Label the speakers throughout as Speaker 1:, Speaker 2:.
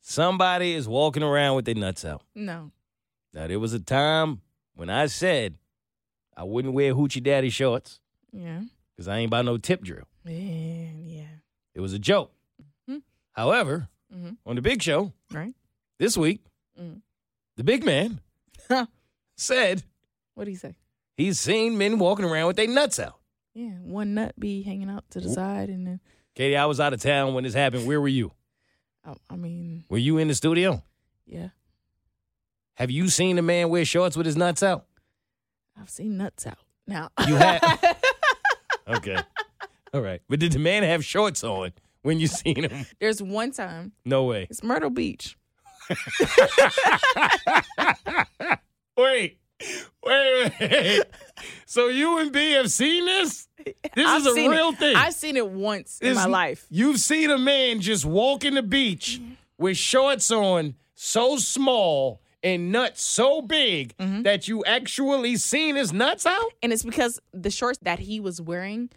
Speaker 1: somebody is walking around with their nuts out.
Speaker 2: No.
Speaker 1: Now, there was a time when I said I wouldn't wear Hoochie Daddy shorts
Speaker 2: Yeah.
Speaker 1: because I ain't about no tip drill.
Speaker 2: And yeah.
Speaker 1: It was a joke.
Speaker 2: Mhm.
Speaker 1: However,
Speaker 2: Mhm.
Speaker 1: on the big show
Speaker 2: Right?
Speaker 1: this week,
Speaker 2: Mhm.
Speaker 1: the big man said
Speaker 2: what do you say?
Speaker 1: he's seen men walking around with their nuts out.
Speaker 2: Yeah. One nut be hanging out to the side, and then
Speaker 1: Katie, I was out of town when this happened. Where were you?
Speaker 2: I, I mean,
Speaker 1: Were you in the studio?
Speaker 2: yeah.
Speaker 1: Have you seen a man wear shorts with his nuts out?
Speaker 2: I've seen nuts out. Now
Speaker 1: You have. okay. All right. But did the man have shorts on when you seen him?
Speaker 2: there's one time
Speaker 1: No way.
Speaker 2: it's Myrtle Beach.
Speaker 1: Wait. Wait. wait. So you and B have seen this? This
Speaker 2: I've
Speaker 1: is a
Speaker 2: seen
Speaker 1: real
Speaker 2: it.
Speaker 1: thing.
Speaker 2: I've seen it once in
Speaker 1: It's-
Speaker 2: my life.
Speaker 1: You've seen a man just walking the beach
Speaker 2: Mm-hmm.
Speaker 1: with shorts on so small and nuts so big
Speaker 2: Mm-hmm.
Speaker 1: that you actually seen his nuts out?
Speaker 2: and it's because the shorts that he was wearing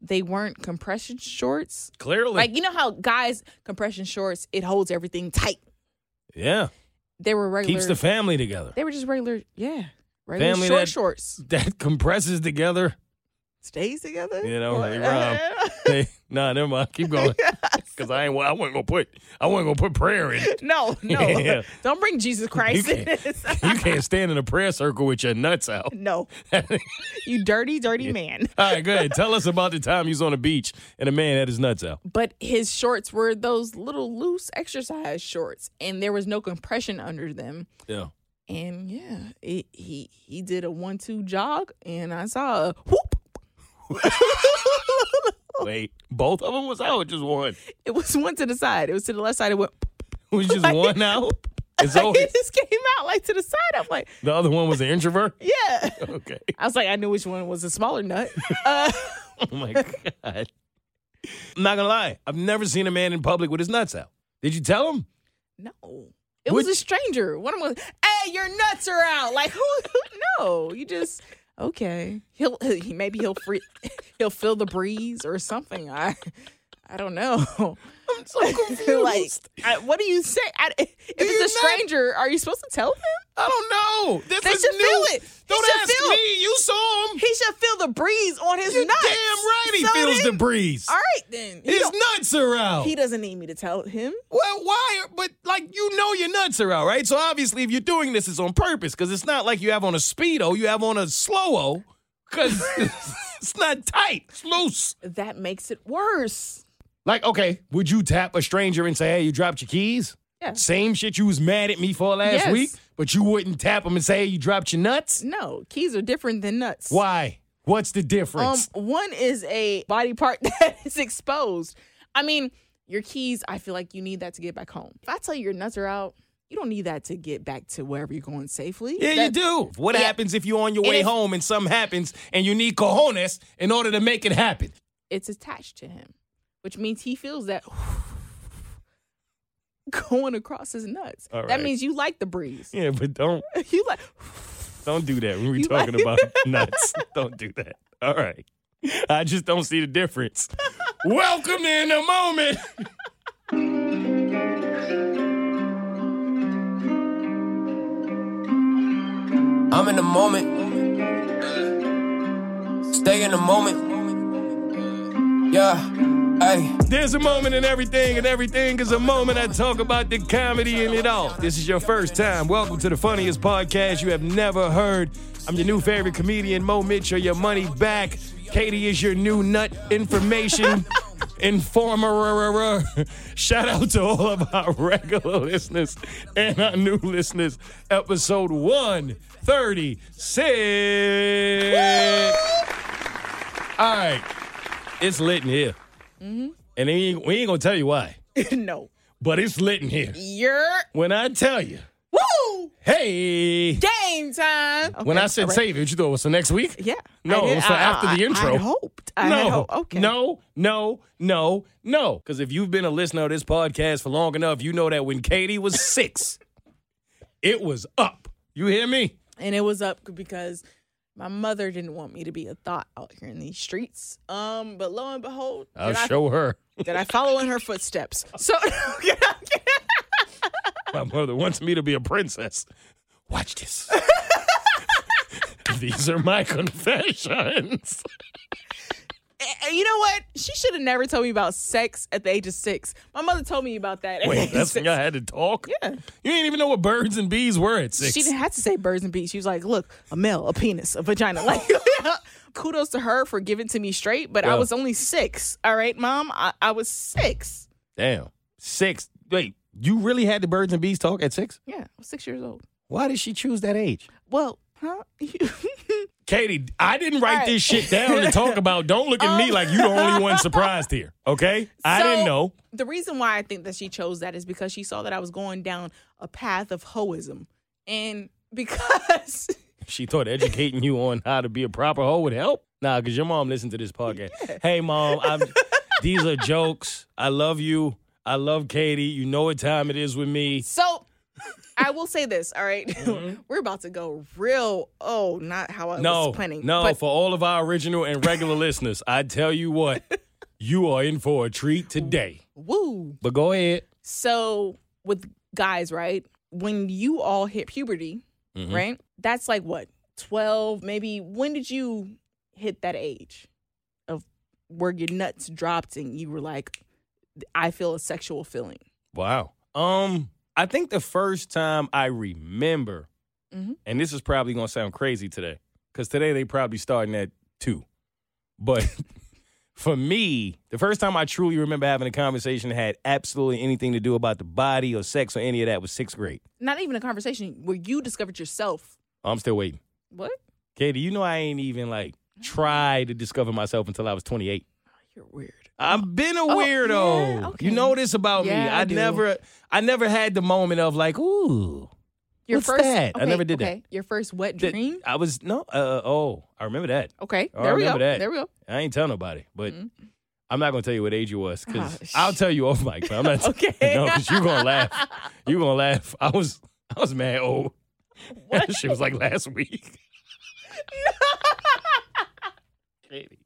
Speaker 2: they weren't compression shorts
Speaker 1: Clearly.
Speaker 2: like you know how guys compression shorts it holds everything tight
Speaker 1: yeah.
Speaker 2: they were regular
Speaker 1: Keeps the family together.
Speaker 2: they were just regular yeah regular
Speaker 1: Family
Speaker 2: short
Speaker 1: that-
Speaker 2: shorts
Speaker 1: That compresses together.
Speaker 2: stays together
Speaker 1: You know,
Speaker 2: Or-
Speaker 1: hey, Rob. Hey, nah, never mind. Keep going. Cause I ain't I wasn't gonna put I wasn't gonna put prayer in. it.
Speaker 2: no no
Speaker 1: Yeah.
Speaker 2: don't bring jesus
Speaker 1: You
Speaker 2: christ in
Speaker 1: can't,
Speaker 2: this
Speaker 1: you can't stand in a prayer circle with your nuts out.
Speaker 2: no
Speaker 1: All
Speaker 2: you dirty dirty man
Speaker 1: right, go ahead. Tell us about the time you was on a beach and a man had his nuts out.
Speaker 2: but his shorts were those little loose exercise shorts and there was no compression under them
Speaker 1: Yeah.
Speaker 2: and yeah, it, he he did a one-two jog, and I saw a whoop.
Speaker 1: Wait, both of them was out, or just one?
Speaker 2: It was one to the side. It was to the left side. It went.
Speaker 1: It was just one out. It's
Speaker 2: Like,
Speaker 1: over.
Speaker 2: it just came out like to the side. I'm like,
Speaker 1: The other one was an introvert.
Speaker 2: yeah.
Speaker 1: Okay.
Speaker 2: I was like, I knew which one was a smaller nut. Uh,
Speaker 1: Oh my god. I'm not gonna lie. I've never seen a man in public with his nuts out. Did you tell him?
Speaker 2: no, it was
Speaker 1: Would-
Speaker 2: a stranger. One of them was, hey, your nuts are out. Like who? who no, you just okay. He'll he, maybe he'll free he'll feel the breeze or something. I I don't know.
Speaker 1: I'm so
Speaker 2: like, I, what do you say? I, if
Speaker 1: you
Speaker 2: it's a
Speaker 1: not-
Speaker 2: stranger, are you supposed to tell him?
Speaker 1: I don't know. This
Speaker 2: They
Speaker 1: is
Speaker 2: should
Speaker 1: new.
Speaker 2: feel it. He
Speaker 1: Don't
Speaker 2: should
Speaker 1: ask
Speaker 2: feel it.
Speaker 1: me. You saw him.
Speaker 2: He should feel the breeze on his
Speaker 1: You
Speaker 2: nuts.
Speaker 1: damn right he
Speaker 2: So
Speaker 1: feels
Speaker 2: then-
Speaker 1: the breeze.
Speaker 2: All right, then. He,
Speaker 1: His
Speaker 2: don't-
Speaker 1: nuts are out.
Speaker 2: he doesn't need me to tell him.
Speaker 1: Well, why? But like, you know, your nuts are out, right? So obviously, if you're doing this, it's on purpose because it's not like you have on a speedo; you have on a slow-o because it's not tight, it's loose.
Speaker 2: That makes it worse.
Speaker 1: Like, okay, would you tap a stranger and say, "Hey, you dropped your keys"?
Speaker 2: Yeah.
Speaker 1: Same shit you was mad at me for last
Speaker 2: Yes.
Speaker 1: week, but you wouldn't tap them and say, "Hey, you dropped your nuts."
Speaker 2: No, keys are different than nuts.
Speaker 1: Why? What's the
Speaker 2: Um,
Speaker 1: difference?
Speaker 2: one is a body part that is exposed. I mean, your keys. I feel like you need that to get back home. If I tell you your nuts are out, you don't need that to get back to wherever you're going safely.
Speaker 1: Yeah,
Speaker 2: That-
Speaker 1: you do. What
Speaker 2: Yeah.
Speaker 1: happens if you're on your
Speaker 2: And
Speaker 1: way
Speaker 2: if-
Speaker 1: home and something happens and you need cojones in order to make it happen?
Speaker 2: it's attached to him, which means he feels that going across his nuts.
Speaker 1: All right.
Speaker 2: That means you like the breeze.
Speaker 1: Yeah, but don't
Speaker 2: you like
Speaker 1: don't do that when we're
Speaker 2: You
Speaker 1: talking
Speaker 2: like-
Speaker 1: about nuts. Don't do that. All right. I just don't see the difference. Welcome to in the moment.
Speaker 3: I'm in the moment. Stay in the moment. Yeah, hey.
Speaker 1: There's a moment in everything, and everything is a moment. I talk about the comedy in it all. This is your first time. Welcome to the funniest podcast you have never heard. I'm your new favorite comedian, Mo Mitchell, your money back. Katie is your new nut information informer. Shout out to all of our regular listeners and our new listeners. Episode 136. All right, it's lit in here. And we ain't, we ain't gonna tell you why.
Speaker 2: no.
Speaker 1: but it's lit in here.
Speaker 2: You're
Speaker 1: When I tell you,
Speaker 2: woo
Speaker 1: hey,
Speaker 2: game time.
Speaker 1: when
Speaker 2: Okay,
Speaker 1: I said
Speaker 2: all right.
Speaker 1: save it, you thought it was the next week?
Speaker 2: yeah,
Speaker 1: No,
Speaker 2: I did-
Speaker 1: it was for
Speaker 2: I-
Speaker 1: after
Speaker 2: I-
Speaker 1: the intro.
Speaker 2: I hoped. I had
Speaker 1: no,
Speaker 2: hope. Okay.
Speaker 1: no, no, no, no. Because if you've been a listener of this podcast for long enough, you know that when Katie was six, it was up. You hear me?
Speaker 2: and it was up because my mother didn't want me to be a thought out here in these streets. Um, but lo and behold,
Speaker 1: I'll
Speaker 2: did,
Speaker 1: show her.
Speaker 2: I, did I follow in her footsteps? So
Speaker 1: My mother wants me to be a princess. Watch this. These are my confessions.
Speaker 2: And you know what? She should have never told me about sex at the age of six. My mother told me about that. At the age
Speaker 1: Wait,
Speaker 2: of
Speaker 1: that's
Speaker 2: six.
Speaker 1: when I had to talk?
Speaker 2: Yeah.
Speaker 1: You didn't even know what birds and bees were at six.
Speaker 2: She didn't have to say birds and bees. She was like, "Look, a male, a penis, a vagina." Like, kudos to her for giving to me straight. But
Speaker 1: Yeah.
Speaker 2: I was only six. All right, mom, I, I was six.
Speaker 1: Damn. Six. Wait, you really had the birds and bees talk at six?
Speaker 2: Yeah, I was six years old.
Speaker 1: Why did she choose that age?
Speaker 2: Well, huh?
Speaker 1: Katie, I didn't write
Speaker 2: All right.
Speaker 1: this shit down to talk about. Don't look at me
Speaker 2: Um.
Speaker 1: like you the only one surprised here. Okay? I
Speaker 2: So,
Speaker 1: didn't know.
Speaker 2: The reason why I think that she chose that is because she saw that I was going down a path of hoism, and because
Speaker 1: She thought educating you on how to be a proper hoe would help. Nah, because your mom listened to this podcast. Hey, mom, I'm, these are jokes. I love you. I love Katie. You know what time it is with me.
Speaker 2: so. I will say this, all right? We're about to go real. Oh, not how I
Speaker 1: Mm-hmm. no,
Speaker 2: was planning.
Speaker 1: no,
Speaker 2: but
Speaker 1: for all of our original and regular listeners, I tell you what, you are in for a treat today.
Speaker 2: woo.
Speaker 1: But go ahead.
Speaker 2: So with guys, right? When you all hit puberty,
Speaker 1: Mhm.
Speaker 2: right? That's like what, 12, maybe when did you hit that age of where your nuts dropped and you were like, I feel a sexual feeling?
Speaker 1: Wow. Um, I think the first time I remember,
Speaker 2: Mhm.
Speaker 1: and this is probably gonna sound crazy today, because today they probably starting at two. But for me, the first time I truly remember having a conversation that had absolutely anything to do about the body or sex or any of that was sixth grade. Oh,
Speaker 2: Not even a conversation where you discovered yourself.
Speaker 1: I'm still waiting.
Speaker 2: What?
Speaker 1: Katie, you know I ain't even like
Speaker 2: Oh,
Speaker 1: try to discover myself until I was 28.
Speaker 2: You're weird.
Speaker 1: I've been a
Speaker 2: Oh, yeah,
Speaker 1: weirdo. You
Speaker 2: okay.
Speaker 1: know this about me.
Speaker 2: Yeah, I
Speaker 1: I
Speaker 2: do.
Speaker 1: never, I never had the moment of like, ooh,
Speaker 2: Your
Speaker 1: what's
Speaker 2: first,
Speaker 1: that? I
Speaker 2: okay,
Speaker 1: never did that.
Speaker 2: okay, Your first wet
Speaker 1: That-
Speaker 2: dream?
Speaker 1: I was no. Uh, oh, I remember that.
Speaker 2: Okay.
Speaker 1: Oh, I
Speaker 2: there we go.
Speaker 1: remember that.
Speaker 2: There we go.
Speaker 1: I ain't tell nobody, but
Speaker 2: Mhm.
Speaker 1: I'm not gonna tell you what age you was because
Speaker 2: Ah, sh- Oh.
Speaker 1: I'll tell you off mic. But I'm not.
Speaker 2: Okay.
Speaker 1: No, because you gonna laugh. You gonna laugh. I was. I was mad old.
Speaker 2: What?
Speaker 1: she was like last week. Katie.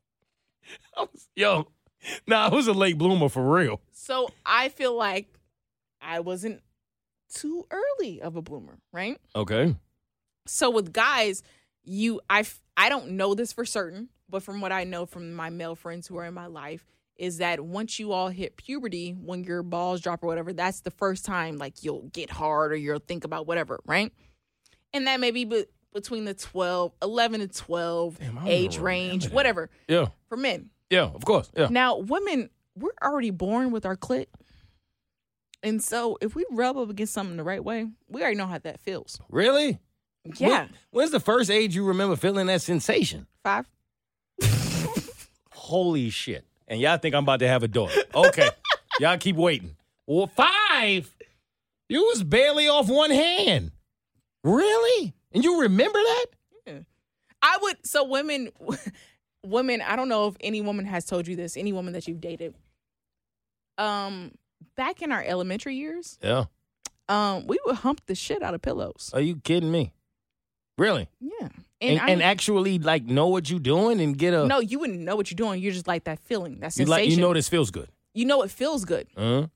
Speaker 1: I was, yo, nah, I was a late bloomer for real.
Speaker 2: So I feel like I wasn't too early of a bloomer, right?
Speaker 1: Okay.
Speaker 2: So with guys, you I f- I don't know this for certain, but from what I know from my male friends who are in my life is that once you all hit puberty, when your balls drop or whatever, that's the first time like you'll get hard or you'll think about whatever, right? And that may be be- between the 12, 11 to 12
Speaker 1: Damn, I don't
Speaker 2: age
Speaker 1: even remember
Speaker 2: range,
Speaker 1: that.
Speaker 2: whatever,
Speaker 1: Yeah.
Speaker 2: for men.
Speaker 1: Yeah. Of course. Yeah.
Speaker 2: Now, women, we're already born with our clit. And so if we rub up against something the right way, we already know how that feels.
Speaker 1: Really?
Speaker 2: Yeah.
Speaker 1: When- when's the first age you remember feeling that sensation?
Speaker 2: Five.
Speaker 1: Holy shit. And y'all think I'm about to have a daughter. Okay. y'all keep waiting. Well, five? You was barely off one hand. Really? And you remember that?
Speaker 2: I would so women women, I don't know if any woman has told you this, any woman that you've dated. Um back in our elementary years,
Speaker 1: Yeah.
Speaker 2: um we would hump the shit out of pillows.
Speaker 1: Are you kidding me? Really?
Speaker 2: Yeah.
Speaker 1: And,
Speaker 2: And,
Speaker 1: Uh, and,
Speaker 2: I
Speaker 1: actually like know what you doing and get a
Speaker 2: no, you wouldn't know what you're doing. You're just like that feeling, that
Speaker 1: you
Speaker 2: sensation.
Speaker 1: like you know this feels good.
Speaker 2: you know it feels good.
Speaker 1: Huh?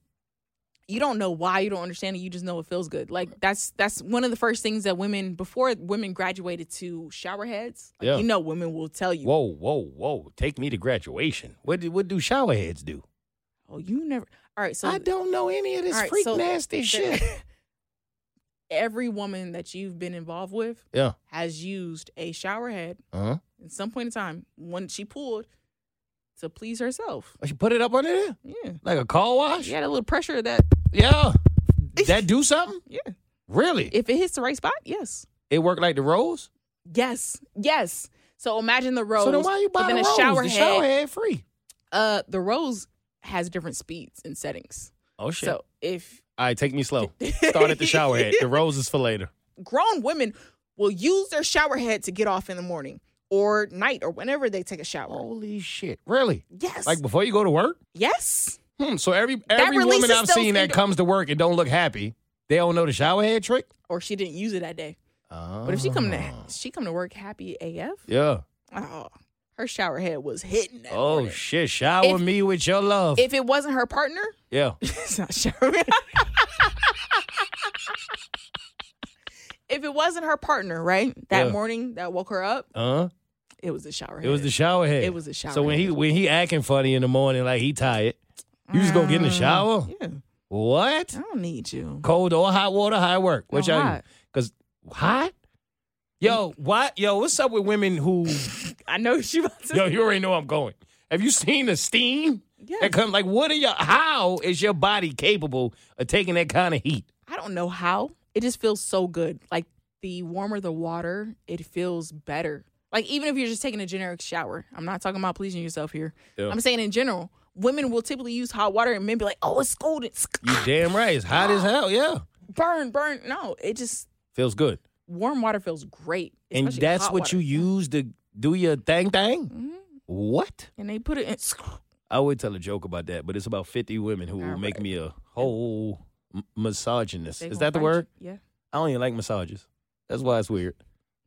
Speaker 2: you don't know why you don't understand it you just know it feels good like that's that's one of the first things that women before women graduated to shower heads like,
Speaker 1: Yeah.
Speaker 2: you know women will tell you
Speaker 1: Whoa, whoa, whoa. Take me to graduation. What do, what do showerheads do?
Speaker 2: oh you never all right so
Speaker 1: I don't know any of this
Speaker 2: all right,
Speaker 1: freak
Speaker 2: so
Speaker 1: nasty shit.
Speaker 2: every woman that you've been involved with
Speaker 1: Yeah.
Speaker 2: has used a shower head
Speaker 1: Huh?
Speaker 2: at some point in time when she pulled to please herself
Speaker 1: Oh, She put it up under there?
Speaker 2: yeah
Speaker 1: Like a car wash?
Speaker 2: Oh, she had a little pressure that
Speaker 1: Yeah. That do something?
Speaker 2: yeah
Speaker 1: Really?
Speaker 2: if it hits the right spot yes
Speaker 1: It worked like the rose?
Speaker 2: yes yes so imagine the rose
Speaker 1: So then why you
Speaker 2: but
Speaker 1: buying
Speaker 2: then
Speaker 1: the
Speaker 2: a
Speaker 1: rose?
Speaker 2: shower
Speaker 1: the
Speaker 2: head-
Speaker 1: shower head free.
Speaker 2: uh the rose has different speeds and settings
Speaker 1: Oh
Speaker 2: So if
Speaker 1: All right, take me slow. Start at the shower head. The roses for later.
Speaker 2: grown women will use their shower head to get off in the morning or night or whenever they take a shower.
Speaker 1: Holy shit. Really?
Speaker 2: yes.
Speaker 1: Oh. Like before you go to work?
Speaker 2: yes.
Speaker 1: Hmm. So every
Speaker 2: That
Speaker 1: every woman
Speaker 2: releases
Speaker 1: I've
Speaker 2: those
Speaker 1: seen that
Speaker 2: endo-
Speaker 1: comes to work and don't look happy, they don't know the shower head trick.
Speaker 2: Or she didn't use it that day.
Speaker 1: Oh.
Speaker 2: But if she come to she come to work happy AF,
Speaker 1: Yeah.
Speaker 2: oh, her shower head was hitting that.
Speaker 1: Oh
Speaker 2: morning.
Speaker 1: shit. Shower
Speaker 2: If-
Speaker 1: me with your love.
Speaker 2: if it wasn't her partner,
Speaker 1: yeah.
Speaker 2: it's not shower. if it wasn't her partner, right? That
Speaker 1: Yeah.
Speaker 2: morning that woke her up,
Speaker 1: Huh?
Speaker 2: it was the shower head.
Speaker 1: Uh-huh. It was the shower head.
Speaker 2: It was the shower
Speaker 1: So when he when he acting funny in the morning, like he tired, you just go get in
Speaker 2: Mm.
Speaker 1: the shower.
Speaker 2: Yeah.
Speaker 1: What?
Speaker 2: I don't need you.
Speaker 1: Cold or hot water, high work. What
Speaker 2: No,
Speaker 1: y'all?
Speaker 2: hot.
Speaker 1: Because hot. Yo, why? Yo, what's up with women who?
Speaker 2: I know she about to.
Speaker 1: yo, you already know I'm going. Have you seen the steam
Speaker 2: Yeah.
Speaker 1: that come? Like, what are your? How is your body capable of taking that kind of heat?
Speaker 2: I don't know how. It just feels so good. Like the warmer the water, it feels better. Like even if you're just taking a generic shower, I'm not talking about pleasing yourself here.
Speaker 1: Yeah.
Speaker 2: I'm saying in general, women will typically use hot water and men be like, "Oh, it's golden, It's
Speaker 1: You damn right. It's hot as hell. Yeah,
Speaker 2: burn, burn." No, it just
Speaker 1: feels good.
Speaker 2: warm water feels great,
Speaker 1: And
Speaker 2: especially
Speaker 1: that's
Speaker 2: hot
Speaker 1: what
Speaker 2: water.
Speaker 1: you use to do your thing thing.
Speaker 2: Mhm.
Speaker 1: What?
Speaker 2: And they put it in.
Speaker 1: I would tell a joke about that, but it's about 50 women who will
Speaker 2: All
Speaker 1: make
Speaker 2: right.
Speaker 1: me a whole m- misogynist.
Speaker 2: They
Speaker 1: Is
Speaker 2: gonna
Speaker 1: that the
Speaker 2: fight
Speaker 1: word?
Speaker 2: you. Yeah.
Speaker 1: I don't even like massages. That's why it's weird.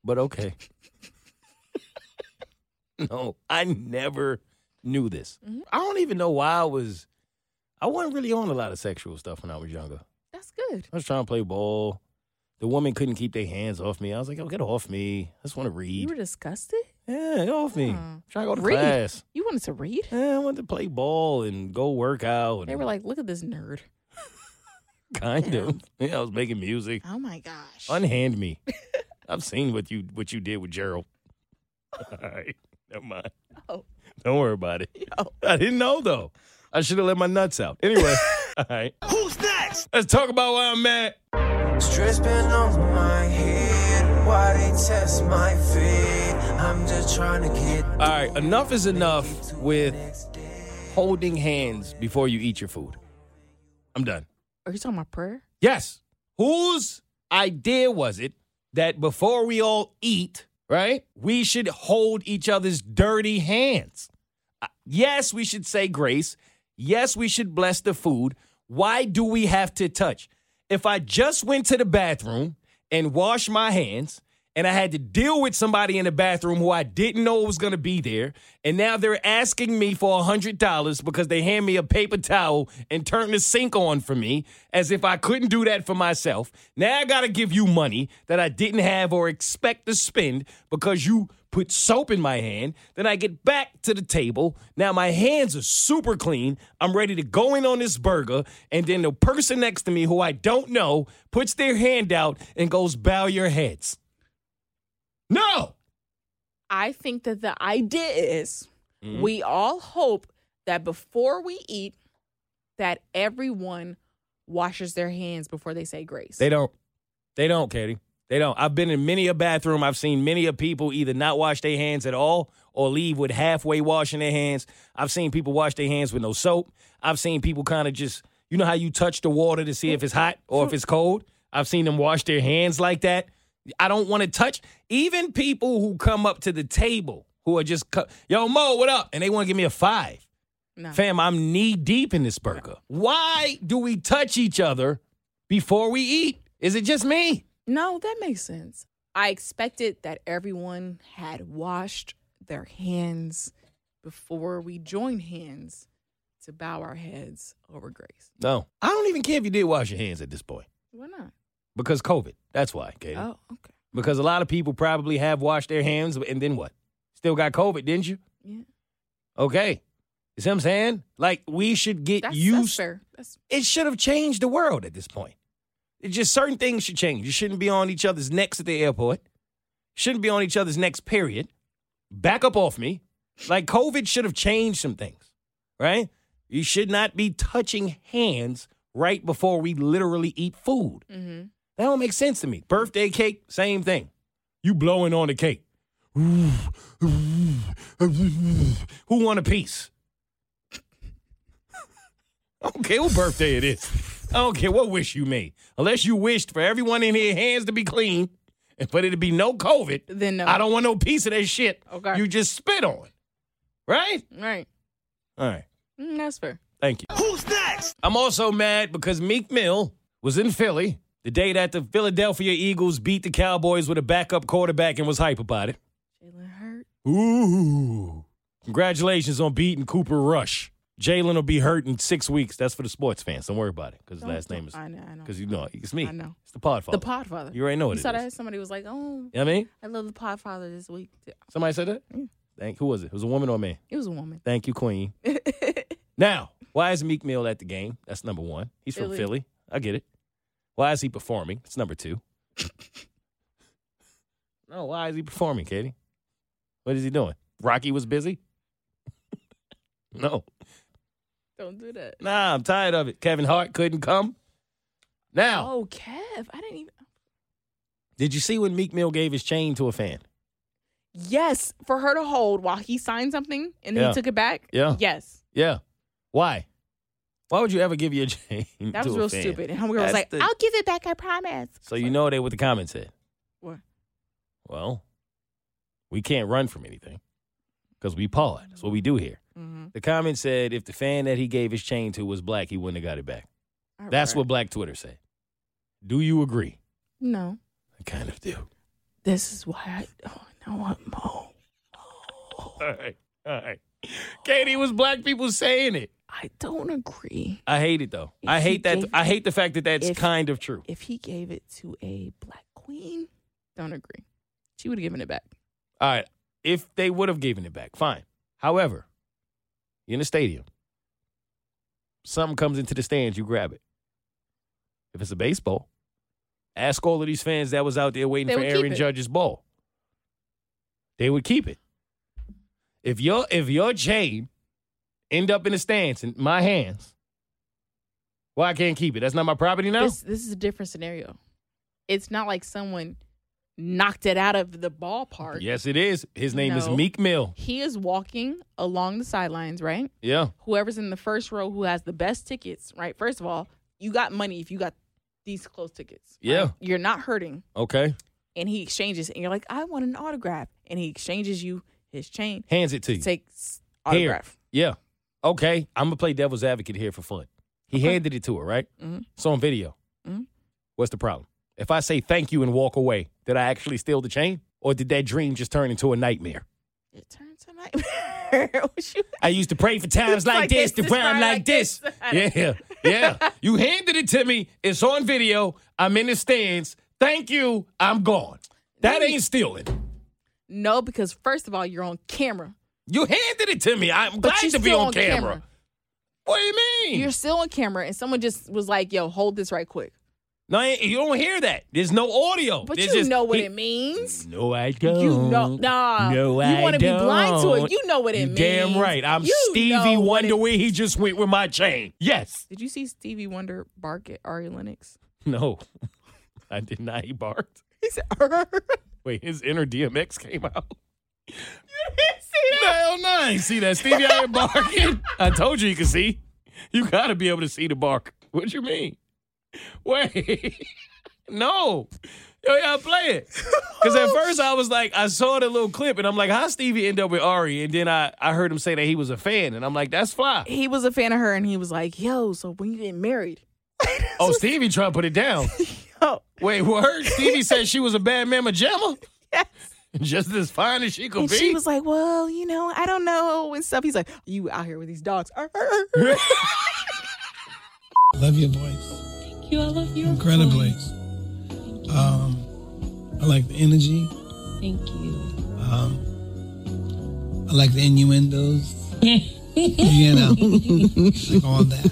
Speaker 1: But okay. no, I never knew this.
Speaker 2: Mm-hmm.
Speaker 1: I don't even know why I was. I wasn't really on a lot of sexual stuff when I was younger.
Speaker 2: That's good.
Speaker 1: I was trying to play ball. The woman couldn't keep their hands off me. I was like, "Oh, get off me! I just want to
Speaker 2: You
Speaker 1: read."
Speaker 2: were disgusted.
Speaker 1: yeah, get off me!
Speaker 2: Hmm.
Speaker 1: Trying to go to
Speaker 2: Read.
Speaker 1: class.
Speaker 2: You wanted to read.
Speaker 1: Yeah, I wanted to play ball and go work out. And
Speaker 2: They were like, "Look at this nerd."
Speaker 1: Kind of. Yeah, I was making music.
Speaker 2: Oh my gosh.
Speaker 1: Unhand me. I've seen what you what you did with Gerald. All right, never mind.
Speaker 2: Oh.
Speaker 1: Don't worry about it.
Speaker 2: Yo.
Speaker 1: I didn't know though. I should have let my nuts out. Anyway, all right. Who's next? Let's talk about why I'm mad.
Speaker 3: Stress been on my head. Why they test my feet? I'm just trying to get.
Speaker 1: All right, enough is enough with holding hands before you eat your food. I'm done.
Speaker 2: Are you talking about prayer?
Speaker 1: Yes. Whose idea was it that before we all eat, right, we should hold each other's dirty hands? Uh, Yes, we should say grace. Yes, we should bless the food. Why do we have to touch? If I just went to the bathroom and washed my hands and I had to deal with somebody in the bathroom who I didn't know was going to be there, and now they're asking me for $100 because they hand me a paper towel and turn the sink on for me as if I couldn't do that for myself. Now I got to give you money that I didn't have or expect to spend because you put soap in my hand. Then I get back to the table. Now my hands are super clean. I'm ready to go in on this burger. And then the person next to me who I don't know puts their hand out and goes, Bow your heads. No!
Speaker 2: I think that the idea is
Speaker 1: Mm-hmm.
Speaker 2: we all hope that before we eat, that everyone washes their hands before they say grace.
Speaker 1: They don't. They don't, Katie. They don't. I've been in many a bathroom. I've seen many a people either not wash their hands at all or leave with halfway washing their hands. I've seen people wash their hands with no soap. I've seen people kind of just, you know how you touch the water to see if it's hot or if it's cold? I've seen them wash their hands like that. I don't want to touch. Even people who come up to the table who are just, co- yo, Mo, what up? And they want to give me a five.
Speaker 2: no.
Speaker 1: Fam, I'm knee deep in this burger. Why do we touch each other before we eat? Is it just me?
Speaker 2: no, that makes sense. I expected that everyone had washed their hands before we join hands to bow our heads over grace.
Speaker 1: No. I don't even care if you did wash your hands at this point
Speaker 2: Why not?
Speaker 1: because COVID. That's why, Katie.
Speaker 2: Oh, okay.
Speaker 1: Because a lot of people probably have washed their hands and then what? Still got COVID, didn't you?
Speaker 2: Yeah.
Speaker 1: Okay. You see what I'm saying? Like, we should get
Speaker 2: That's, that's
Speaker 1: used
Speaker 2: fair. That's
Speaker 1: it should have changed the world at this point. It's just certain things should change. You shouldn't be on each other's necks at the airport. Shouldn't be on each other's necks, period. Back up off me. Like COVID should have changed some things, right? You should not be touching hands right before we literally eat food.
Speaker 2: mm-hmm.
Speaker 1: That don't make sense to me. Birthday cake, same thing. You blowing on the cake. Who won a piece? I don't care who birthday it is. I don't care what wish you made. Unless you wished for everyone in here hands to be clean, but it'd be no COVID.
Speaker 2: Then no.
Speaker 1: I don't want no piece of that shit.
Speaker 2: Okay.
Speaker 1: You just spit on. Right?
Speaker 2: Right.
Speaker 1: All right.
Speaker 2: Mm, that's fair.
Speaker 1: Thank you. Who's next? I'm also mad because Meek Mill was in Philly the day that the Philadelphia Eagles beat the Cowboys with a backup quarterback and was hype about it.
Speaker 2: Jalen hurt.
Speaker 1: Ooh. Congratulations on beating Cooper Rush. Jalen will be hurt in six weeks. That's for the sports fans. Don't worry about it because his
Speaker 2: Don't-
Speaker 1: last name
Speaker 2: don't-
Speaker 1: is.
Speaker 2: I know. I know.
Speaker 1: Because you know it. it's me.
Speaker 2: I know.
Speaker 1: It's the Podfather.
Speaker 2: The Podfather.
Speaker 1: You already know what
Speaker 2: You
Speaker 1: it
Speaker 2: saw
Speaker 1: is.
Speaker 2: that somebody was like, "Oh,
Speaker 1: You know what I mean?
Speaker 2: I love the Podfather this week."
Speaker 1: Somebody said that? Thank Who was it? It was a woman or a man?
Speaker 2: It was a woman.
Speaker 1: Thank you, Queen. now, why is Meek Mill at the game? That's number one. He's from
Speaker 2: Philly.
Speaker 1: Philly. I get it. Why is he performing? That's number two. no, why is he performing, Katie? What is he doing? Rocky was busy? no.
Speaker 2: Don't do that.
Speaker 1: Nah, I'm tired of it. Kevin Hart couldn't come. Now,
Speaker 2: Oh, Kev, I didn't even.
Speaker 1: did you see when Meek Mill gave his chain to a fan?
Speaker 2: Yes, for her to hold while he signed something and then
Speaker 1: Yeah.
Speaker 2: he took it back.
Speaker 1: Yeah.
Speaker 2: Yes,
Speaker 1: Yeah. Why? Why would you ever give your chain?
Speaker 2: that
Speaker 1: to
Speaker 2: was
Speaker 1: a
Speaker 2: real
Speaker 1: fan?
Speaker 2: stupid. And homegirl was
Speaker 1: That's
Speaker 2: like,
Speaker 1: the-
Speaker 2: "I'll give it back. I promise."
Speaker 1: So you know they what the comment said.
Speaker 2: What?
Speaker 1: Well, we can't run from anything because we paw it. That's what we do here.
Speaker 2: Mm-hmm.
Speaker 1: The comment said if the fan that he gave his chain to was black, he wouldn't have got it back. That's what Black Twitter said. Do you agree?
Speaker 2: No,
Speaker 1: I kind of do.
Speaker 2: this is why I. Oh, no, want Mo.
Speaker 1: All right. All right. Katie it was black people saying it.
Speaker 2: I don't agree.
Speaker 1: I hate it though.
Speaker 2: If
Speaker 1: I
Speaker 2: he
Speaker 1: hate that.
Speaker 2: gave-
Speaker 1: I hate the fact that that's
Speaker 2: if-
Speaker 1: kind of true.
Speaker 2: If he gave it to a black queen, don't agree. She would have given it back.
Speaker 1: All right. If they would have given it back, fine. However, you're in the stadium. Something comes into the stands, you grab it. If it's a baseball, ask all of these fans that was out there waiting
Speaker 2: They
Speaker 1: for
Speaker 2: would keep
Speaker 1: Aaron
Speaker 2: it.
Speaker 1: Judge's ball. They would keep it. If your if your chain end up in the stands in my hands, well, I can't keep it. That's not my property now.
Speaker 2: This this is a different scenario. It's not like someone knocked it out of the ballpark.
Speaker 1: yes, it is. His name is
Speaker 2: No.
Speaker 1: Meek Mill.
Speaker 2: He is walking along the sidelines, right?
Speaker 1: Yeah.
Speaker 2: Whoever's in the first row who has the best tickets, right? First of all, you got money if you got these close tickets. right?
Speaker 1: Yeah.
Speaker 2: You're not hurting.
Speaker 1: Okay.
Speaker 2: And he exchanges and you're like, I want an autograph. And he exchanges you his chain.
Speaker 1: Hands it to you.
Speaker 2: Takes
Speaker 1: Here.
Speaker 2: autograph.
Speaker 1: Yeah. Okay. I'm gonna play devil's advocate here for fun. He handed it to her, right?
Speaker 2: Mhm.
Speaker 1: It's on video.
Speaker 2: Mhm.
Speaker 1: What's the problem? If I say thank you and walk away, did I actually steal the chain, or did that dream just turn into a nightmare?
Speaker 2: It turns a nightmare. What you-
Speaker 1: I used to pray for times
Speaker 2: It's
Speaker 1: like,
Speaker 2: like
Speaker 1: this,
Speaker 2: this,
Speaker 1: to
Speaker 2: this
Speaker 1: pray I'm
Speaker 2: rhyme
Speaker 1: like
Speaker 2: like
Speaker 1: this.
Speaker 2: this. I don't-
Speaker 1: Yeah, yeah. you handed it to me. It's on video. I'm in the stands. Thank you. I'm gone. That ain't stealing.
Speaker 2: no, because first of all, you're on camera.
Speaker 1: You handed it to me. I'm
Speaker 2: But
Speaker 1: glad
Speaker 2: you're
Speaker 1: to be
Speaker 2: still
Speaker 1: on,
Speaker 2: on
Speaker 1: camera.
Speaker 2: camera.
Speaker 1: What do you mean?
Speaker 2: You're still on camera and someone just was like, yo, hold this right quick.
Speaker 1: No, you don't hear that. There's no audio.
Speaker 2: But
Speaker 1: There's
Speaker 2: you
Speaker 1: just-
Speaker 2: know what
Speaker 1: he-
Speaker 2: it means.
Speaker 1: No, I don't.
Speaker 2: You know, nah.
Speaker 1: No,
Speaker 2: you
Speaker 1: I
Speaker 2: wanna be blind to
Speaker 1: don't.
Speaker 2: it. You know what it
Speaker 1: You
Speaker 2: means.
Speaker 1: Damn right. I'm
Speaker 2: You
Speaker 1: Stevie
Speaker 2: know what
Speaker 1: Wonder.
Speaker 2: it-
Speaker 1: Where he just went with my chain. Yes.
Speaker 2: Did you see Stevie Wonder bark at Ari Lennox?
Speaker 1: No, I did not. He barked.
Speaker 2: He said, "Arr."
Speaker 1: Wait, his inner DMX came out. Hell no, I ain't see that. Stevie, I ain't barking. I told you you could see. You gotta be able to see the bark. What you mean? Wait. no. Yo, y'all play it. Cause at first I was like, I saw the little clip and I'm like, how Stevie end up with Ari? And then I, I heard him say that he was a fan. And I'm like, that's fly.
Speaker 2: He was a fan of her and he was like, yo, so when you get married,
Speaker 1: Oh, Stevie trying to put it down.
Speaker 2: yo,
Speaker 1: Wait, word? Stevie said she was a bad mama jamma?
Speaker 2: yes.
Speaker 1: Just as fine as she could
Speaker 2: And
Speaker 1: be.
Speaker 2: she was like, well, you know, I don't know and stuff. He's like, you out here with these dogs. Arr, arr, arr."
Speaker 4: Love your voice
Speaker 5: You, I love you.
Speaker 4: incredibly. Um, I like the energy.
Speaker 5: Thank you.
Speaker 4: Um, I like the innuendos. you know, like all that.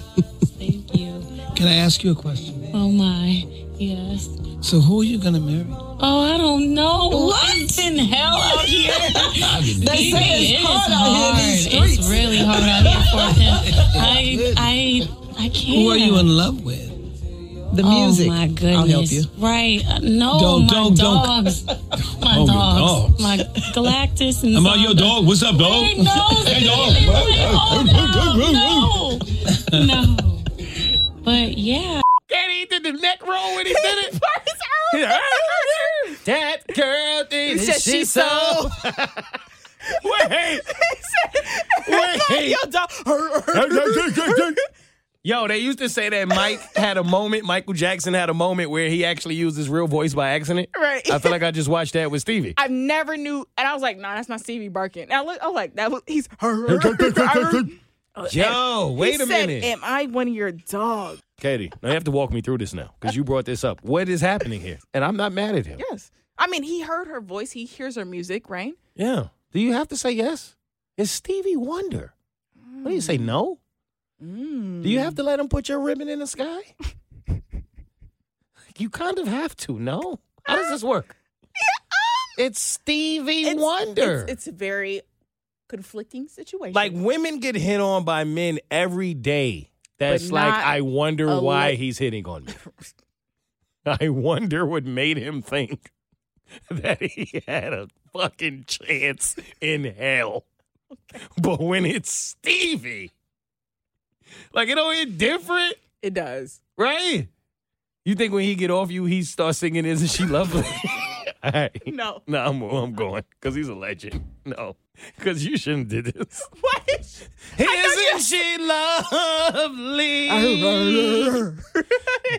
Speaker 5: Thank you.
Speaker 4: Can I ask you a question?
Speaker 5: Oh my. Yes.
Speaker 4: So, who are you gonna marry?
Speaker 5: Oh, I don't know. What? It's in hell out here. they say it's hard out here. It's really hard out here for them. I, I, I can't.
Speaker 4: Who are you in love with?
Speaker 6: The
Speaker 5: Oh my goodness!
Speaker 6: I'll help you.
Speaker 5: Right? Uh, No,
Speaker 4: Don't-
Speaker 5: my
Speaker 4: don't- don't-
Speaker 5: dogs, my
Speaker 4: Oh, your dogs.
Speaker 5: dogs, my Galactus and
Speaker 4: I'm on your
Speaker 5: Zonda.
Speaker 4: dog. What's up, dog?
Speaker 5: Hey, no,
Speaker 4: Hey, dog.
Speaker 5: no, no, no, no. But yeah,
Speaker 1: the neck roll when he did it? that girl thinks
Speaker 2: said she
Speaker 1: she's so. Wait. Wait. Yo, they used to say that Mike had a moment, Michael Jackson had a moment where he actually used his real voice by accident.
Speaker 2: Right.
Speaker 1: I feel like I just watched that with Stevie.
Speaker 2: I never knew, and I was like, "Nah, that's not Stevie Barkin." Now look, I was like, "That was he's."
Speaker 1: Yo,
Speaker 2: He
Speaker 1: Oh, wait a
Speaker 2: said,
Speaker 1: minute.
Speaker 2: Am I one of your dogs?
Speaker 1: Katie, now you have to walk me through this now because you brought this up. What is happening here? And I'm not mad at him.
Speaker 2: Yes. I mean, he heard her voice. He hears her music, right?
Speaker 1: Yeah. Do you have to say yes? It's Stevie Wonder. What do you say, no? Do you have to let him put your ribbon in the sky? you kind of have to, no? How does this work? it's Stevie Wonder.
Speaker 2: It's, it's a very conflicting situation.
Speaker 1: like women get hit on by men every day. That's
Speaker 2: But
Speaker 1: like
Speaker 2: not
Speaker 1: I wonder
Speaker 2: a
Speaker 1: why
Speaker 2: li-
Speaker 1: he's hitting on me. I wonder what made him think that he had a fucking chance in hell. But when it's Stevie, like it don't hit different,
Speaker 2: it does.
Speaker 1: right? You think when he get off you, he starts singing "Isn't She Lovely"? All right.
Speaker 2: No.
Speaker 1: No, I'm, I'm going because he's a legend. No, because you shouldn't did this.
Speaker 2: What? is-
Speaker 1: Isn't she lovely?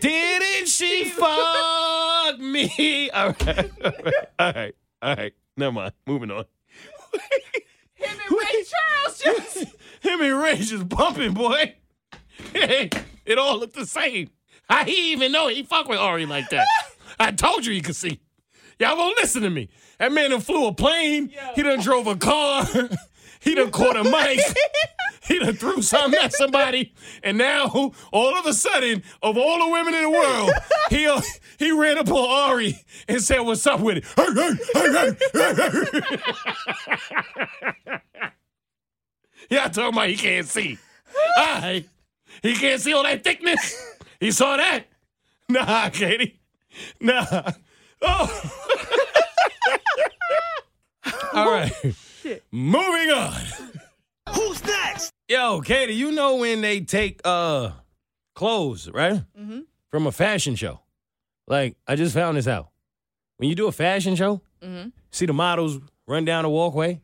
Speaker 1: Didn't she fuck me? All right, all right, all right, all right. Never mind. Moving on.
Speaker 2: Him and Ray Charles just.
Speaker 1: Him and Ray just bumping, boy. it all looked the same. How he even know he fuck with Ari like that? I told you he could see. Y'all won't listen to me. That man done flew a plane. He done drove a car. he done caught a mic. he done threw something at somebody. And now, all of a sudden, of all the women in the world, he he ran up on Ari and said, "What's up with it?" Y'all talking about he can't see. All right. He can't see all that thickness. He saw that. Nah, Katie. Nah. Oh. all right. Moving on. Who's next? Yo, Katie, you know when they take uh clothes, right? From a fashion show. Like, I just found this out. When you do a fashion show, see the models run down the walkway.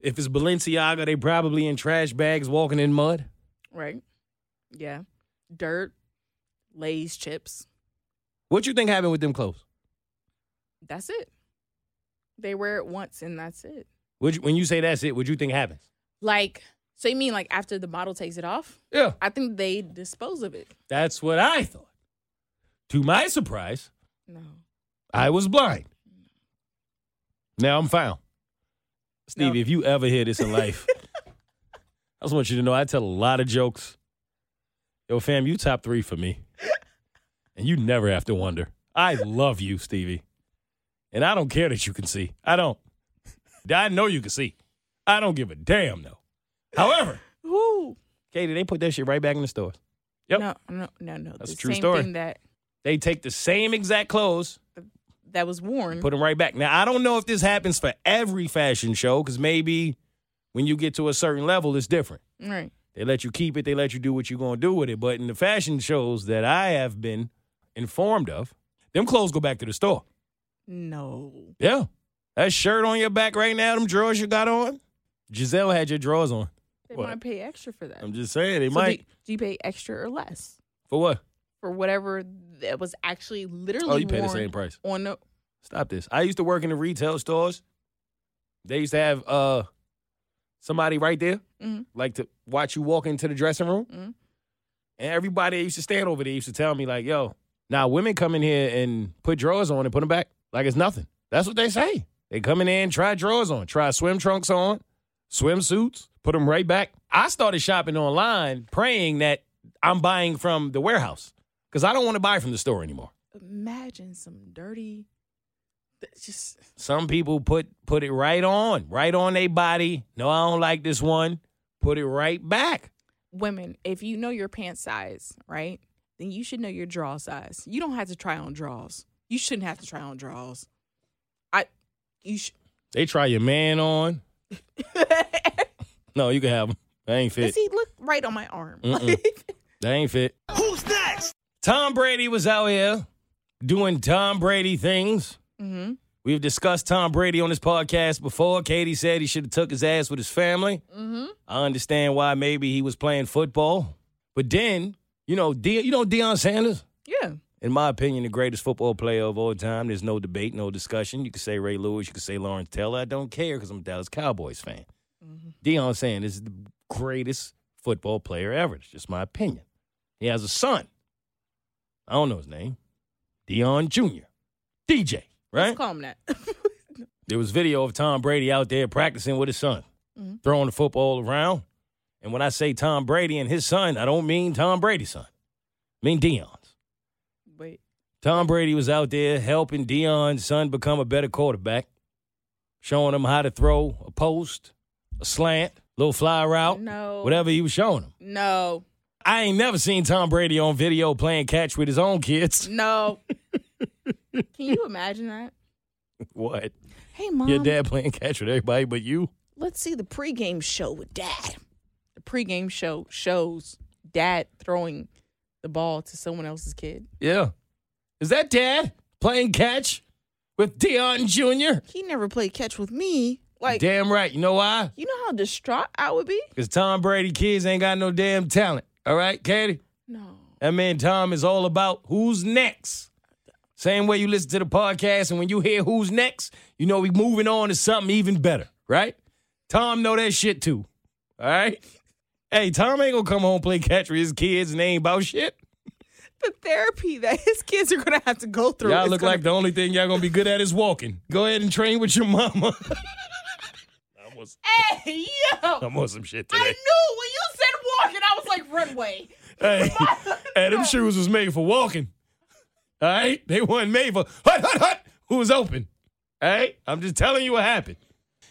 Speaker 1: If it's Balenciaga, they probably in trash bags walking in mud.
Speaker 2: Right. Yeah. Dirt, Lay's chips.
Speaker 1: What you think happened with them clothes?
Speaker 2: That's it. They wear it once and that's it.
Speaker 1: Would you, when you say that's it, what you think happens?
Speaker 2: Like, so you mean like after the model takes it off?
Speaker 1: Yeah.
Speaker 2: I think they dispose of it.
Speaker 1: That's what I thought. To my surprise,
Speaker 2: No.
Speaker 1: I was blind. Now I'm found. Stevie, if you ever hear this in life, I just want you to know I tell a lot of jokes. Yo, fam, you top three for me. And you never have to wonder. I love you, Stevie. And I don't care that you can see. I don't. I know you can see. I don't give a damn, though. However,
Speaker 2: Woo.
Speaker 1: Katie, they put that shit right back in the stores. Yep.
Speaker 2: No, no, no, no.
Speaker 1: That's a
Speaker 2: the
Speaker 1: true
Speaker 2: same
Speaker 1: story.
Speaker 2: thing that
Speaker 1: They take the same exact clothes,
Speaker 2: that was worn.
Speaker 1: put them right back. Now, I don't know if this happens for every fashion show because maybe when you get to a certain level, it's different.
Speaker 2: right.
Speaker 1: They let you keep it, they let you do what you're going to do with it. But in the fashion shows that I have been informed of, them clothes go back to the store.
Speaker 2: No.
Speaker 1: Yeah. That shirt on your back right now, them drawers you got on, Giselle had your drawers on.
Speaker 2: They
Speaker 1: What?
Speaker 2: might pay extra for that.
Speaker 1: I'm just saying, they
Speaker 2: So
Speaker 1: might.
Speaker 2: Do, do you pay extra or less
Speaker 1: for what?
Speaker 2: for whatever that was actually literally
Speaker 1: Oh, you pay the
Speaker 2: worn
Speaker 1: same price.
Speaker 2: on the
Speaker 1: Stop this. I used to work in the retail stores. They used to have uh somebody right there,
Speaker 2: Mhm.
Speaker 1: like to watch you walk into the dressing room.
Speaker 2: Mhm.
Speaker 1: And everybody that used to stand over there used to tell me, like, yo, now women come in here and put drawers on and put them back like it's nothing. That's what they say. They come in there and try drawers on, try swim trunks on, swimsuits, put them right back. I started shopping online praying that I'm buying from the warehouse because I don't want to buy from the store anymore.
Speaker 2: imagine some dirty that's just
Speaker 1: Some people put put it right on, right on their body. No, I don't like this one. Put it right back.
Speaker 2: women, if you know your pant size, right, then you should know your draw size. You don't have to try on draws. You shouldn't have to try on draws. I, you should.
Speaker 1: They try your man on. no, you can have them. They ain't fit.
Speaker 2: Does he look right on my arm?
Speaker 1: Mm-mm. they ain't fit. Who's Tom Brady was out here doing Tom Brady things.
Speaker 2: Mhm.
Speaker 1: We've discussed Tom Brady on this podcast before. Katie said he should have took his ass with his family.
Speaker 2: Mm-hmm.
Speaker 1: I understand why maybe he was playing football, but then you know, De- you know Deion Sanders.
Speaker 2: Yeah.
Speaker 1: In my opinion, the greatest football player of all time. There's no debate, no discussion. You can say Ray Lewis, you can say Lawrence Taylor. I don't care because I'm a Dallas Cowboys fan. Deion Sanders is the greatest football player ever. It's just my opinion. He has a son. I don't know his name. Deion Jr. DJ, right?
Speaker 2: Let's call him that.
Speaker 1: There was video of Tom Brady out there practicing with his son,
Speaker 2: Mhm.
Speaker 1: throwing the football around. And when I say Tom Brady and his son, I don't mean Tom Brady's son. I mean Deion's.
Speaker 2: Wait.
Speaker 1: Tom Brady was out there helping Deion's son become a better quarterback, showing him how to throw a post, a slant, little fly route,
Speaker 2: No.
Speaker 1: whatever he was showing him.
Speaker 2: No.
Speaker 1: I ain't never seen Tom Brady on video playing catch with his own kids.
Speaker 2: No. Can you imagine that?
Speaker 1: What?
Speaker 2: Hey, mom.
Speaker 1: Your dad playing catch with everybody but you?
Speaker 2: Let's see the pregame show with dad. The pregame show shows dad throwing the ball to someone else's kid.
Speaker 1: Yeah. Is that dad playing catch with Dion Jr.?
Speaker 2: He never played catch with me. Like,
Speaker 1: damn right. You know why?
Speaker 2: you know how distraught I would be?
Speaker 1: Because Tom Brady kids ain't got no damn talent. All right, Katie?
Speaker 2: No.
Speaker 1: That man Tom is all about who's next. Same way you listen to the podcast, and when you hear who's next, you know we moving on to something even better, right? Tom know that shit too. All right? Hey, Tom ain't gonna come home play catch with his kids and they ain't about shit.
Speaker 2: The therapy that his kids are going to have to go through.
Speaker 1: Y'all
Speaker 2: is
Speaker 1: look
Speaker 2: gonna-
Speaker 1: like the only thing y'all gonna be good at is walking. Go ahead and train with your mama. I was
Speaker 2: Hey, yo.
Speaker 1: I'm on some shit
Speaker 2: I knew
Speaker 1: today.
Speaker 2: when you said walking, I was like runway.
Speaker 1: Hey, hey, them shoes was made for walking. All right, they weren't made for hut hut hut. Who was open? All right, I'm just telling you what happened.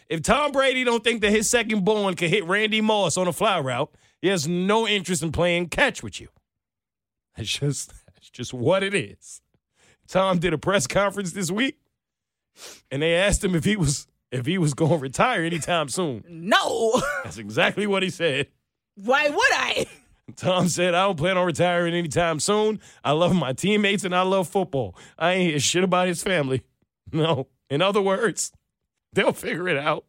Speaker 1: If Tom Brady don't think that his second born could hit Randy Moss on a fly route, he has no interest in playing catch with you. That's just that's just what it is. Tom did a press conference this week, and they asked him if he was if he was going to retire anytime soon.
Speaker 2: No.
Speaker 1: That's exactly what he said.
Speaker 2: Why would I?
Speaker 1: Tom said, I don't plan on retiring anytime soon. I love my teammates and I love football. I ain't hear shit about his family. No. In other words, they'll figure it out.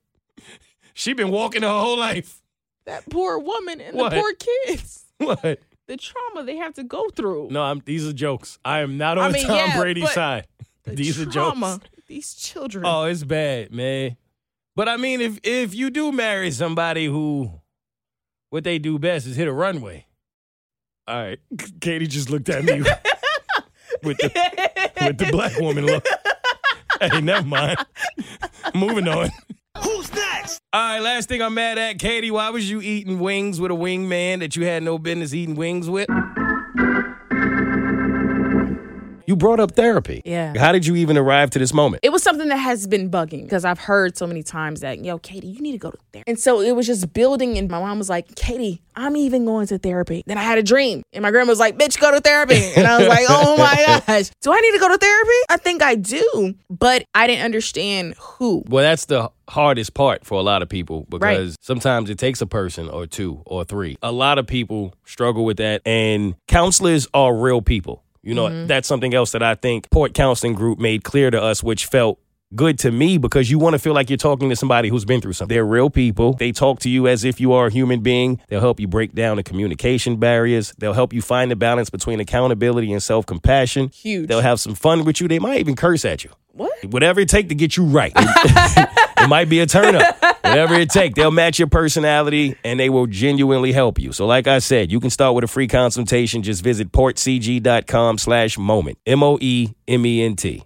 Speaker 1: She been walking her whole life.
Speaker 2: That poor woman and
Speaker 1: What?
Speaker 2: the poor kids.
Speaker 1: What?
Speaker 2: The trauma they have to go through.
Speaker 1: No, I'm, these are jokes. I am not on
Speaker 2: I mean,
Speaker 1: Tom
Speaker 2: yeah,
Speaker 1: Brady's
Speaker 2: but
Speaker 1: side.
Speaker 2: The
Speaker 1: These are
Speaker 2: trauma.
Speaker 1: jokes.
Speaker 2: These children.
Speaker 1: Oh, it's bad, man. But I mean, if if you do marry somebody who, what they do best is hit a runway. All right, Katie just looked at me with the with the black woman look. hey, never mind. Moving on. Who's next? All right, last thing I'm mad at, Katie. Why was you eating wings with a wingman that you had no business eating wings with? You brought up therapy.
Speaker 2: Yeah.
Speaker 1: How did you even arrive to this moment?
Speaker 2: it was something that has been bugging because I've heard so many times that, yo, Katie, you need to go to therapy. And so it was just building. And my mom was like, Katie, I'm even going to therapy. Then I had a dream. And my grandma was like, bitch, go to therapy. And I was like, oh my gosh, do I need to go to therapy? I think I do. But I didn't understand who.
Speaker 1: Well, that's the hardest part for a lot of people because
Speaker 2: Right.
Speaker 1: sometimes it takes a person or two or three. A lot of people struggle with that, and counselors are real people. You know,
Speaker 2: Mm-hmm.
Speaker 1: that's something else that I think Port Counseling Group made clear to us, which felt good to me because you want to feel like you're talking to somebody who's been through something. They're real people. They talk to you as if you are a human being. They'll help you break down the communication barriers. They'll help you find the balance between accountability and self compassion.
Speaker 2: Huge.
Speaker 1: They'll have some fun with you. They might even curse at you
Speaker 2: What?
Speaker 1: whatever it take to get you right. it might be a turn up. Whatever it take, they'll match your personality and they will genuinely help you. So like I said, you can start with a E free consultation. Just visit portcg.com slash moment. M-O-E-M-E-N-T.